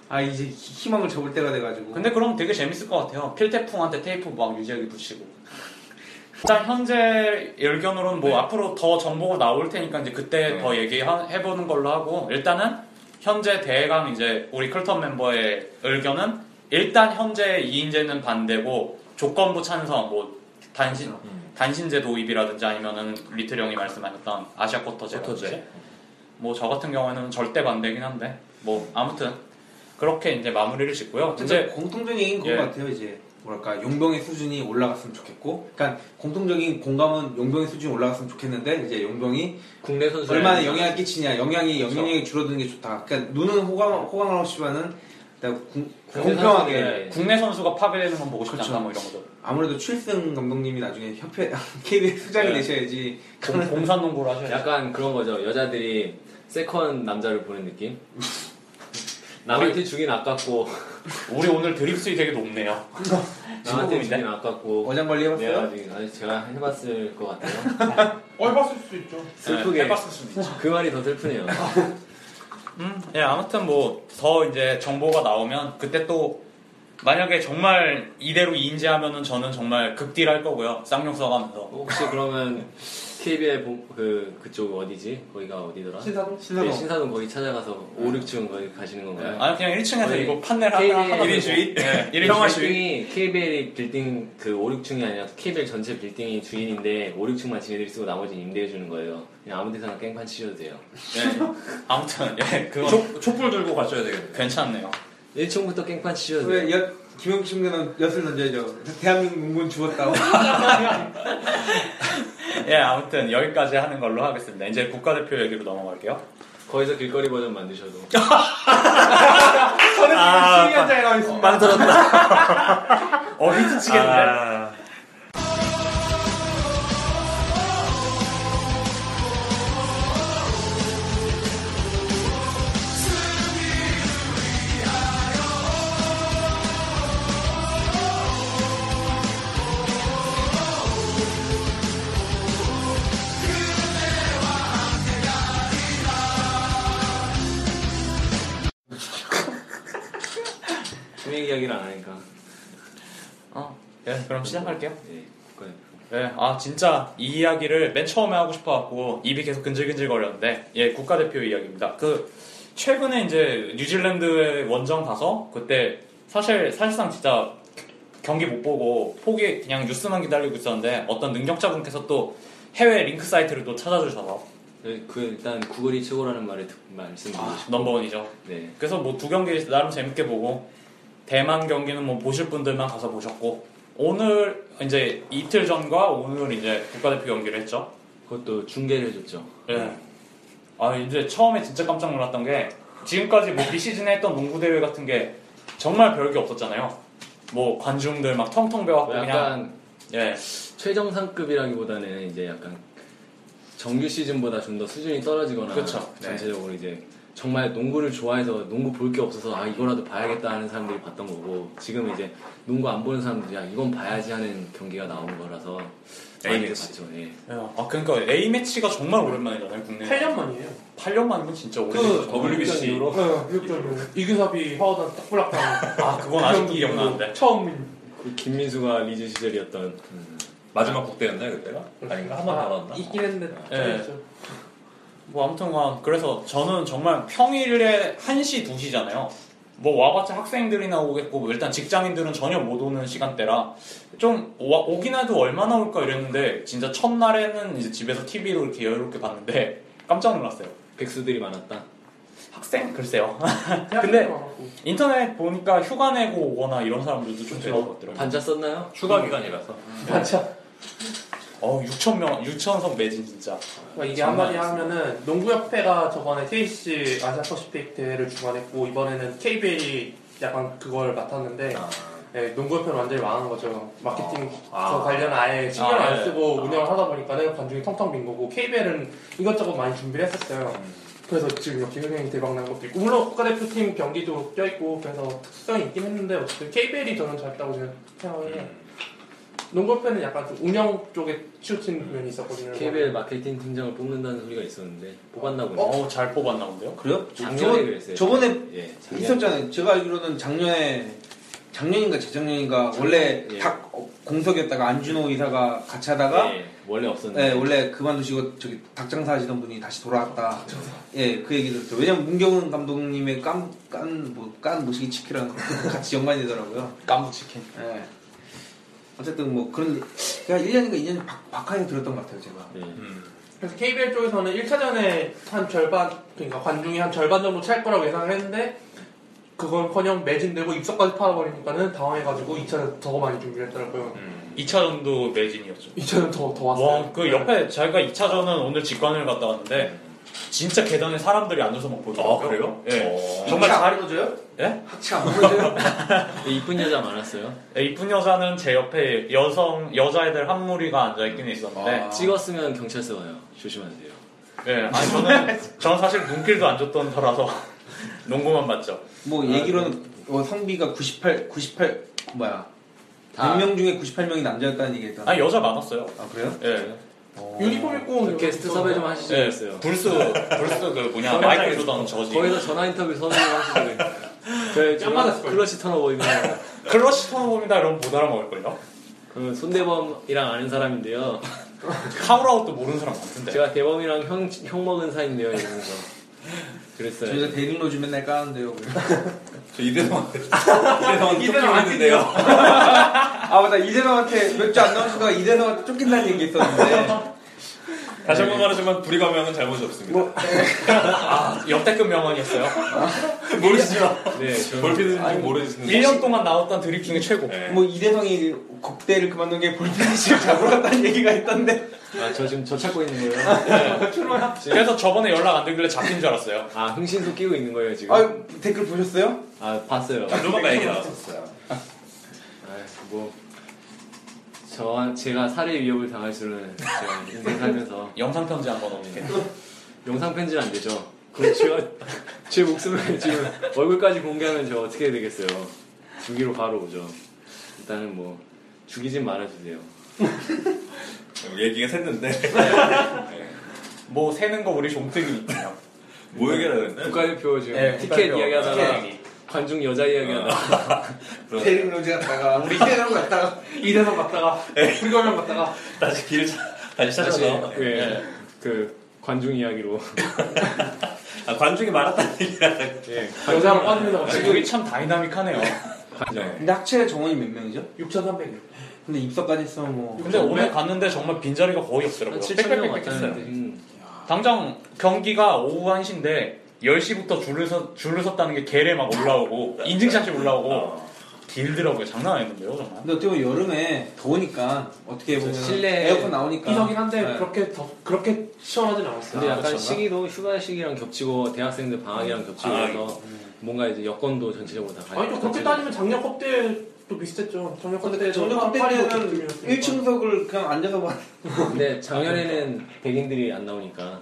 Speaker 6: 아 이제 희망을 접을 때가 돼가지고.
Speaker 3: 근데 그럼 되게 재밌을 것 같아요. 필태풍한테 테이프 막 유지하게 붙이고. 일단 현재 의견으로는 뭐 앞으로 더 정보가 나올 테니까 이제 그때
Speaker 5: 네.
Speaker 3: 더 얘기해보는 걸로 하고 일단은 현재 대강 이제 우리 클턴 멤버의 의견은 일단 현재 2인제는 반대고 조건부 찬성 뭐 단신
Speaker 5: 음.
Speaker 3: 단신제 도입이라든지 아니면은 리틀 형이 말씀하셨던 아시아 쿼터제
Speaker 5: 쿼터제.
Speaker 3: 뭐 저 같은 경우에는 절대 반대긴 한데 뭐 아무튼 그렇게 이제 마무리를 짓고요.
Speaker 6: 진짜
Speaker 3: 이제
Speaker 6: 공통적인 얘기인 그런
Speaker 3: 예.
Speaker 6: 것 같아요 이제 뭐랄까 용병의 수준이 올라갔으면 좋겠고 그러니까 공통적인 공감은 용병의 수준이 올라갔으면 좋겠는데 이제 용병이
Speaker 4: 국내 선수
Speaker 6: 얼마나 영향을 끼치냐 영향이 영향력이 줄어드는 게 좋다 그러니까 눈은 호강, 호강을 하시지만은 일단 공- 공평하게
Speaker 3: 국내 선수가 파괴되는 건 보고 싶지 않다
Speaker 6: 그렇죠.
Speaker 3: 뭐 이런 거죠.
Speaker 6: 아무래도 출승 감독님이 나중에 협회 <laughs> KBS 수장이
Speaker 3: 네.
Speaker 6: 되셔야지
Speaker 3: 공, 공산 농구를 하셔야 돼.
Speaker 4: 약간 그런 거죠. 여자들이 세컨 남자를 보는 느낌. 남한테 주긴 아깝고
Speaker 3: 우리 오늘 드립스이 되게 높네요.
Speaker 4: 남한테
Speaker 3: 지구공인데?
Speaker 4: 주긴 아깝고
Speaker 6: 어장 관리 해봤어요?
Speaker 4: 내가 지금 아니, 제가 해봤을 것 같아요.
Speaker 3: 어,
Speaker 7: 얼 봤을 수도 있죠.
Speaker 4: 슬프게.
Speaker 3: 네, 해봤을 수도 있죠.
Speaker 4: 그 말이 더 슬프네요.
Speaker 3: 음, 예, 아무튼 뭐 더 이제 정보가 나오면 그때 또 만약에 정말 이대로 인지하면은 저는 정말 극딜 할 거고요. 쌍용 써가면서.
Speaker 4: 혹시 그러면 KBL 본- 그 그쪽 어디지? 거기가 어디더라?
Speaker 7: 신사동
Speaker 4: 네,
Speaker 6: 신사동
Speaker 4: 신사동 거기 찾아가서 5, 6층 거기 가시는 건가요?
Speaker 3: 아니 그냥 1층에서
Speaker 4: 거의
Speaker 3: 네. 이거 판넬
Speaker 4: KBL
Speaker 3: 하나 하나
Speaker 4: 일인
Speaker 5: 주의?
Speaker 3: 네, 1인
Speaker 4: 평화
Speaker 3: 평화 주의.
Speaker 4: 빌딩이 KBL 빌딩 그 5, 6층이 아니라 KBL 전체 빌딩이 주인인데 5, 6층만 지네들이 쓰고 나머지는 임대해 주는 거예요. 그냥 아무 데서나 깽판 치셔도 돼요.
Speaker 3: 예. 아무튼 예, 그건
Speaker 5: 촛- 촛불 들고 가셔야 되겠네.
Speaker 3: 괜찮네요.
Speaker 4: 1층부터 깽판 치셔도 돼요.
Speaker 6: 왜 엿, 김영기 신문은 엿을 던져야죠 대한민국 문군 죽었다고
Speaker 3: 예, 아무튼 여기까지 하는 걸로 하겠습니다. 이제 국가대표 얘기로 넘어갈게요.
Speaker 4: 거기서 길거리 버전 만드셔도.
Speaker 7: 저는
Speaker 3: 아,
Speaker 7: 지금 시위한 자에 가 있습니다.
Speaker 3: 어, 히트 치겠는데?
Speaker 5: 아,
Speaker 8: 아
Speaker 4: 금액 이야기를 안 하니까.
Speaker 3: 네, 그럼 시작할게요.
Speaker 4: 네, 국가대표.
Speaker 3: 네, 아 진짜 이 이야기를 맨 처음에 하고 싶어갖고 입이 계속 근질근질거렸는데 예 국가대표 이야기입니다. 그 최근에 이제 뉴질랜드의 원정 가서 그때 사실 사실상 진짜 경기 못 보고 포기 그냥 뉴스만 기다리고 있었는데 어떤 능력자분께서 또 해외 링크 사이트를 또 찾아주셔서
Speaker 4: 네, 그 일단 구글이 최고라는 말을 듣- 말씀드리고
Speaker 3: 아.
Speaker 4: 싶어요.
Speaker 3: 넘버원이죠.
Speaker 4: 네.
Speaker 3: 그래서 뭐 두 경기 나름 재밌게 보고 대만 경기는 뭐 보실 분들만 가서 보셨고 오늘 이제 이틀 전과 오늘 이제 국가대표 경기를 했죠.
Speaker 4: 그것도 중계를 해줬죠.
Speaker 3: 예. 아 이제 처음에 진짜 깜짝 놀랐던 게 지금까지 뭐 비시즌에 했던 농구 대회 같은 게 정말 별게 없었잖아요. 뭐 관중들 막 텅텅 배웠고 아, 그냥
Speaker 4: 뭐 약간
Speaker 3: 예
Speaker 4: 최정상급이라기보다는 이제 약간 정규 시즌보다 좀 더 수준이 떨어지거나
Speaker 3: 그쵸. 네.
Speaker 4: 전체적으로 이제 정말 농구를 좋아해서 농구 볼 게 없어서 아 이거라도 봐야겠다 하는 사람들이 봤던 거고 지금 이제 농구 안 보는 사람들이 야 이건 봐야지 하는 경기가 나온 거라서 많이
Speaker 5: 에이맥스.
Speaker 4: 봤죠. 예.
Speaker 3: 예. 아 그러니까 A 매치가 정말 오랜만이잖아요 국내.
Speaker 7: 8년 만이에요.
Speaker 3: 8년 만이면 진짜 그러니까 오래.
Speaker 5: 그 WBC.
Speaker 7: 어, 육전으로. 이규섭이 화호단 딱불락당.
Speaker 3: <laughs> 아 그건 아직도 기억나는데.
Speaker 7: 처음
Speaker 4: 그 김민수가 리즈 시절이었던
Speaker 5: 마지막 국대였나요 그때가? 아닌가 한 번 더 나왔나?
Speaker 7: 있긴 했는데.
Speaker 3: 예.
Speaker 7: 잘했죠.
Speaker 3: 뭐 아무튼 간 그래서 저는 정말 평일에 1시 2시잖아요. 뭐 와봤자 학생들이나 오겠고 뭐 일단 직장인들은 전혀 못 오는 시간대라 좀 와- 오긴 해도 얼마나 올까 이랬는데 진짜 첫날에는 이제 집에서 TV로 이렇게 여유롭게 봤는데 깜짝 놀랐어요.
Speaker 4: 백수들이 많았다.
Speaker 3: 학생 글쎄요. <laughs>
Speaker 7: 근데
Speaker 3: 근데 인터넷 보니까 휴가 내고 오거나 이런 사람들도 좀 되는 것 같더라고요.
Speaker 4: 반자 썼나요?
Speaker 5: 휴가 아, 기간이라서
Speaker 7: 맞아.
Speaker 3: 어 6천 명 6천 석 매진 진짜.
Speaker 7: 그러니까 이게 한마디
Speaker 3: 장난
Speaker 7: 하면은 농구협회가 저번에 KC 아시아 퍼시픽 대회를 주관했고 이번에는 KBL이 약간 그걸 맡았는데 예, 농구협회는 완전히 망한 거죠. 마케팅
Speaker 5: 아.
Speaker 7: 저 관련 아예 신경 을안
Speaker 3: 예.
Speaker 7: 쓰고 운영을 하다 보니까는 관중이 텅텅 빈 거고 KBL은 이것저것 많이 준비를 했었어요. 그래서 지금 이렇게 흥행이 대박 난 것도 있고 물론 국가대표팀 경기도 껴있고 그래서 특수성이 있긴 했는데 어쨌든 KBL이 저는 잘했다고 생각해요. 농구협회는 약간 좀 운영 쪽에 치우친 면이 있었거든요.
Speaker 4: KBL 마케팅 팀장을 뽑는다는 소리가 있었는데 뽑았나 보네.
Speaker 3: 어 잘 뽑았나 본데요.
Speaker 6: <laughs> 그래요?
Speaker 4: 작년에
Speaker 6: 저번-
Speaker 4: 그랬어요.
Speaker 6: 저번에
Speaker 4: 예, 작년에.
Speaker 6: 있었잖아요. 제가 알기로는 작년에 작년인가 재작년인가 원래
Speaker 4: 예.
Speaker 6: 닭 어, 공석이었다가 안준호 이사가 같이 하다가
Speaker 4: 예, 원래 없었는데.
Speaker 6: 네, 원래 그만두시고 저기 닭장사 하시던 분이 다시 돌아왔다. 예, 그 얘기 들었죠. 왜냐면 문경은 감독님의 깐, 깐, 뭐, 깐 무식이 치키랑 같이
Speaker 4: <laughs>
Speaker 6: 연관이더라고요.
Speaker 3: 깜부치킨.
Speaker 6: 예. 어쨌든 뭐 그런, 제가 1년인가 2년 박하에 들었던 것 같아요, 제가.
Speaker 4: 예.
Speaker 7: 그래서 KBL 쪽에서는 1차전에 한 절반, 그러니까 관중이 한 절반 정도 찰 거라고 예상을 했는데, 그건커녕 매진되고 입석까지 팔아버리니까는 당황해가지고 2차전 더 많이 준비를 했더라고요.
Speaker 3: 2차전도 매진이었죠.
Speaker 7: 2차전 더, 더 왔어요.
Speaker 3: 음. 와, 그 옆에 자기가 2차전은 오늘 직관을 갔다 왔는데 진짜 계단에 사람들이 앉아서 막 보더라고요.
Speaker 5: 아, 그래요?
Speaker 3: 예.
Speaker 5: 어.
Speaker 3: 정말
Speaker 6: 하체 안
Speaker 3: 잘
Speaker 6: 보여줘요?
Speaker 3: 예?
Speaker 6: 하체 안 보여줘요?
Speaker 4: 근데 그 이쁜 여자 많았어요.
Speaker 3: 예, 이쁜 여자는 제 옆에 여성 여자애들 한 무리가 앉아 있긴 있었는데
Speaker 4: 네,
Speaker 6: 아.
Speaker 4: 찍었으면 경찰서 와요. 조심하세요.
Speaker 3: 예. 아니 저는 <laughs> 저는 사실 눈길도 안 줬던 터라서 <laughs> 농구만 봤죠.
Speaker 4: 아,
Speaker 6: 뭐 얘기로는
Speaker 4: 네.
Speaker 6: 어, 성비가 98, 98, 뭐야.
Speaker 4: 다-
Speaker 6: 100명 중에 98명이 남자였다는 얘기 했다.
Speaker 3: 아, 여자 많았어요.
Speaker 6: 아, 그래요?
Speaker 3: 예.
Speaker 7: 음. 유니폼 입고 온
Speaker 4: 게스트 섭외 좀 하시지
Speaker 3: 예.
Speaker 4: 않았어요?
Speaker 3: 불스 불스 그 뭐냐 마이크 조던 저지.
Speaker 4: 거기서 전화 인터뷰 섭외 좀 하시더래요. 그
Speaker 7: 짱 맞았어요.
Speaker 4: 클러치 터너보 이거
Speaker 3: 클러시 턴업입니다. 이러면 못 알아먹을 걸요.
Speaker 4: 그 손대범이랑 아는 사람인데요.
Speaker 3: 카우라웃도 모르는 사람 많던데.
Speaker 4: 제가 대범이랑 형, 형 먹은 사이인데요 이러면서
Speaker 6: 저희가 네.
Speaker 4: 그랬어요.
Speaker 6: 데일리로즈 맨날 까는데요.
Speaker 5: 저
Speaker 3: <laughs>
Speaker 5: 이대성한테 이대성한테 쫓기고 있는데요
Speaker 6: <laughs> 아, 맞다. 이재성한테 몇 주 안 나오시다가 이재성한테 쫓긴다는 얘기 <laughs> 있었는데.
Speaker 5: 다시 한 번 말하지만 불이 가면은 잘못이 없습니다
Speaker 3: 뭐, 아, 역대급 명언이었어요.
Speaker 5: 모르시죠?
Speaker 4: 네, 저
Speaker 5: 뭘 피는지 모르시는데
Speaker 3: 1년 동안 나왔던 드립 중에 최고.
Speaker 5: 음. 네.
Speaker 6: 뭐 이대성이 국대를 그만둔 게 볼펜이식을 잡으러 갔다는 얘기가 있던데
Speaker 4: 아, 저 지금 저 찾고 있는 거예요.
Speaker 3: 그래서 저번에 연락 안 되길래 잡힌 줄 알았어요.
Speaker 4: 아 흥신소 끼고 있는 거예요 지금.
Speaker 6: 아 댓글 보셨어요?
Speaker 4: 아 봤어요.
Speaker 5: 조만간 얘기 나왔었어요
Speaker 4: 아이, 뭐. 저, 제가 살해 위협을 당할 줄은 제가 인생 살면서
Speaker 3: 영상 편지 한번 올게.
Speaker 4: 영상 편지는 안 되죠. <laughs> 그럼 제가 제 목숨을 지금 얼굴까지 공개하면 제가 어떻게 해야 되겠어요. 주기로 바로 오죠. 일단은 뭐 죽이진 말아주세요.
Speaker 5: 얘기가 샜는데 <laughs>
Speaker 3: 뭐 세는 거 우리 종특이 있네요.
Speaker 5: 뭐 얘기를 하는데?
Speaker 4: 국가대표 지금
Speaker 3: 네,
Speaker 4: 티켓
Speaker 3: 국가대표.
Speaker 4: 이야기하다가 아,
Speaker 3: 티켓 얘기.
Speaker 4: 관중 여자 이야기가 나.
Speaker 6: 대립 로지 갔다가 우리 세명 갔다가
Speaker 7: 이대성 갔다가 불교명 갔다가
Speaker 5: 다시 길 찾- 다시 찾아서
Speaker 4: <laughs> 예. 그 관중 이야기로.
Speaker 5: 아, 관중이 많았다는 얘기라
Speaker 4: 예.
Speaker 7: 여자랑 빠진다고
Speaker 3: 지금이 아, 참 다이나믹하네요.
Speaker 4: 관중.
Speaker 6: 근데 학체 정원이 몇 명이죠?
Speaker 7: 6,300일.
Speaker 6: 근데 입사까지 했으면 뭐
Speaker 3: 근데 오늘 갔는데 정말 빈자리가 거의 없더라고요. 빽빽빽빽했어요.
Speaker 4: 음.
Speaker 3: 당장 경기가 오후 1시인데 10시부터 줄을, 서, 줄을 섰다는 게 게레 막 올라오고 인증샷이 올라오고
Speaker 5: 아.
Speaker 3: 길더라고요. 장난 아니던데요 정말.
Speaker 6: 근데 어떻게 보면 여름에 더우니까 어떻게
Speaker 7: 음.
Speaker 6: 보면
Speaker 4: 실내
Speaker 6: 에어컨 나오니까
Speaker 7: 그렇죠. 이성긴 한데
Speaker 6: 네.
Speaker 7: 그렇게 더 그렇게 시원하진 않았어요.
Speaker 4: 근데 약간
Speaker 7: 그렇죠.
Speaker 4: 시기도 휴가 시기랑 겹치고 대학생들 방학이랑 겹치고
Speaker 5: 아,
Speaker 4: 그래서 뭔가 이제 여건도 전체적으로 다.
Speaker 7: 아니 또 그렇게 따지면 작년 컵대도 비슷했죠. 작년 그 컵대
Speaker 6: 근데 저녁 컴때 때는 1층석을 그냥 앉아서 뭐 봐.
Speaker 4: 근데 작년에는 백인들이 안 나오니까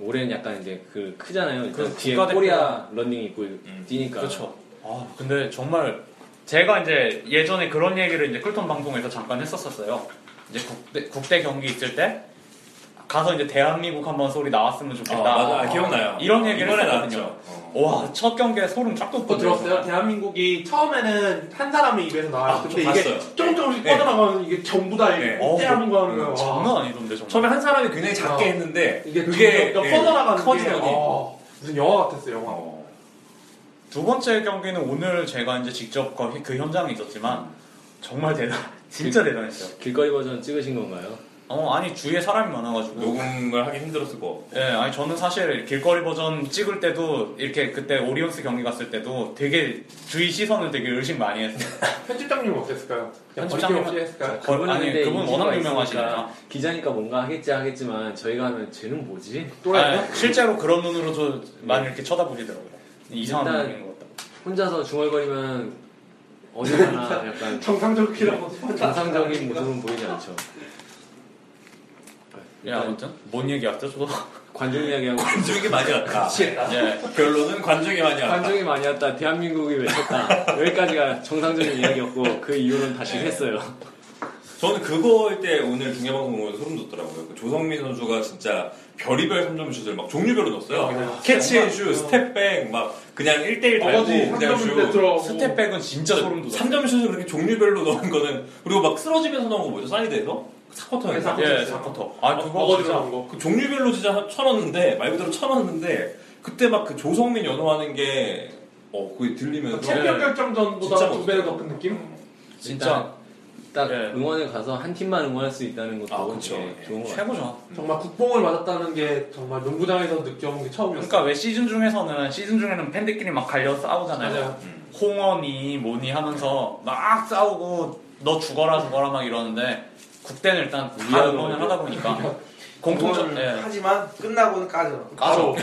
Speaker 4: 올해는 약간 이제 그 크잖아요. 일단
Speaker 3: 음. 그래서
Speaker 4: 뒤에
Speaker 3: 국가대표가-
Speaker 4: 코리아 런닝 입고 뛰니까.
Speaker 3: 그렇죠. 아 근데 정말 제가 이제 예전에 그런 얘기를 이제 쿨톤 방송에서 잠깐 했었었어요. 이제 국대, 국대 경기 있을 때 가서 이제 대한민국 한번 소리 나왔으면 좋겠다.
Speaker 5: 맞아 아, 기억나요
Speaker 3: 이런 얘기를
Speaker 5: 이번에
Speaker 3: 했었거든요.
Speaker 5: 나왔죠 어.
Speaker 3: 와 첫 경기에 소름 쫙 돋고
Speaker 7: 그거 들었어요? 대한민국이 처음에는 한 사람의 입에서 나와요.
Speaker 5: 아,
Speaker 7: 근데
Speaker 5: 저
Speaker 7: 이게
Speaker 5: 봤어요.
Speaker 7: 조금 조금씩
Speaker 5: 네.
Speaker 7: 뻗어나가면 이게 전부 다
Speaker 5: 네.
Speaker 3: 어우,
Speaker 7: 대한민국 하는 거예요.
Speaker 5: 음,
Speaker 7: 와.
Speaker 3: 장난 아니던데 정말.
Speaker 5: 처음에 한 사람이 굉장히 작게
Speaker 7: 어.
Speaker 5: 했는데
Speaker 7: 이게
Speaker 5: 그게
Speaker 7: 그게
Speaker 5: 예,
Speaker 7: 뻗어나가는 게
Speaker 5: 커지더니
Speaker 7: 아, 무슨 영화 같았어요. 영화.
Speaker 5: 어.
Speaker 3: 두 번째 경기는 오늘 제가 이제 직접 거- 그 현장에 있었지만 정말 대단, <laughs> 진짜
Speaker 5: 그
Speaker 3: 대단했어요.
Speaker 4: 길거리 버전 찍으신 건가요?
Speaker 3: 어 아니 주위에 사람이 많아가지고.
Speaker 5: 녹음을 하기 힘들었을 거
Speaker 3: 예, 아니 저는 사실 길거리 버전 찍을 때도 이렇게 그때 오리온스 경기 갔을 때도 되게 주위 시선을 되게 의식 많이 했어요.
Speaker 7: 편집장님 어땠을까요? 그냥
Speaker 3: 편집장님은-
Speaker 7: 버리기 네, 없이 했을까요?
Speaker 3: 거- 아니
Speaker 4: 근데
Speaker 3: 그분
Speaker 4: 인기가
Speaker 3: 워낙
Speaker 4: 있으니까
Speaker 3: 유명하시니까. 아,
Speaker 4: 기자니까 뭔가 하겠지 하겠지만 저희가 하면 쟤는 뭐지?
Speaker 7: 또라이
Speaker 3: 아, 실제로 그런 눈으로도 많이 이렇게 쳐다보시더라고요. 이상한
Speaker 4: 일단-
Speaker 3: 분인 것 같다.
Speaker 4: 혼자서 중얼거리면 어디 가나 약간
Speaker 7: 정상적이라고
Speaker 4: 정상적인 모습은 보이지 않죠.
Speaker 3: 야,
Speaker 4: 일단
Speaker 3: 아무튼 뭔 얘기였죠? 저도
Speaker 4: 관중 이야기하고
Speaker 5: 관중이 많이 왔다
Speaker 3: 예,
Speaker 5: 결론은 관중이 많이 왔다
Speaker 4: 관중이 많이 왔다. 대한민국이 외쳤다. 여기까지가 정상적인 이야기였고 그 이후로는 다시
Speaker 3: 네.
Speaker 4: 했어요.
Speaker 5: 저는 그거일 때 오늘 중계방송 보면서 소름 돋더라고요. 그 조성민 선수가 진짜 별의별 3점 슛을 막 종류별로 넣었어요. 캐치앤슛, 스텝백, 막 그냥 1대1 달고
Speaker 7: 어거지
Speaker 5: 그냥
Speaker 7: 뭐, 상점인데
Speaker 5: 슛.
Speaker 7: 들어오고
Speaker 3: 스텝백은 진짜 소름 돋았어요.
Speaker 5: 3점 슛을 그렇게 종류별로 넣은 거는 그리고 막 쓰러지면서 넣은 거 뭐죠? 사이드에서? 사쿼터에서?
Speaker 7: 네,
Speaker 3: 예, 사커터. 아, 그거
Speaker 7: 어거지
Speaker 3: 진짜
Speaker 7: 나온 거.
Speaker 5: 그 종류별로 진짜 쳐놨는데 말 그대로 쳐놨는데 그때 막 그 조성민 연호하는 게 어, 그게 들리면서 예,
Speaker 7: 챔피언
Speaker 5: 진짜
Speaker 7: 결정전보다 두 배 더
Speaker 5: 멋있더라고요.
Speaker 7: 큰 느낌?
Speaker 3: 진짜
Speaker 4: 딱
Speaker 3: 예.
Speaker 4: 응원에 가서 한 팀만 응원할 수 있다는 것도
Speaker 5: 아, 그쵸.
Speaker 4: 예, 좋은 것 같아요.
Speaker 3: 최고죠.
Speaker 7: 정말 국뽕을 맞았다는 게 정말 농구장에서 느껴본 게 처음이었어요.
Speaker 3: 그러니까 왜 시즌 중에서는 시즌 중에는 팬들끼리 막 갈려 싸우잖아요.
Speaker 7: 맞아요.
Speaker 3: 홍원이 뭐니 하면서 막 싸우고 너 죽어라 죽어라 막 이러는데 국대는 일단 다
Speaker 4: 위안을
Speaker 3: 응원을
Speaker 4: 얻죠.
Speaker 3: 하다 보니까 공통점
Speaker 6: 그거는
Speaker 3: 예.
Speaker 6: 하지만 끝나고는 네. 까져.
Speaker 3: 까죠.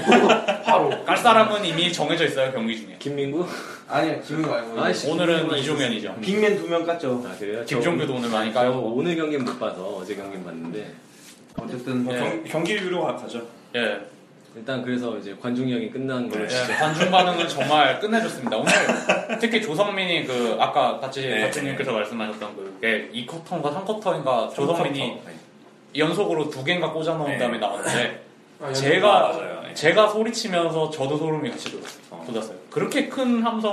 Speaker 7: 바로
Speaker 3: 깔 사람은 이미 정해져 있어요 경기 중에.
Speaker 4: 김민구?
Speaker 6: 아니야 김민구 아니고
Speaker 4: 아이씨.
Speaker 3: 오늘은 이종현이죠. 음.
Speaker 6: 빅맨 두 명 깠죠.
Speaker 4: 아 그래요? 저-
Speaker 3: 김종규도 오늘 많이
Speaker 4: 저
Speaker 3: 까요.
Speaker 4: 오늘 경기는 못 봐서 어제 경기는 봤는데
Speaker 6: 어쨌든 네.
Speaker 3: 예.
Speaker 5: 경- 경기 리뷰로 가- 가죠.
Speaker 3: 예.
Speaker 4: 일단 그래서 이제 관중 이야기 끝난 걸로
Speaker 3: 예, 관중 반응은 정말 끝내줬습니다. 오늘 특히 조성민이 그 아까 같이
Speaker 5: 네.
Speaker 3: 박준님께서 말씀하셨던 그게 2쿼터인가 3쿼터인가 조성민이
Speaker 5: 네.
Speaker 3: 연속으로 두 개인가 꽂아 넣은
Speaker 5: 네.
Speaker 3: 다음에 나왔는데
Speaker 7: 아,
Speaker 3: 제가
Speaker 5: 맞아요. 네.
Speaker 3: 제가 소리치면서 저도 소름이 같이 돋았어요.
Speaker 5: 어.
Speaker 3: 돋았어요. 그렇게 큰 함성은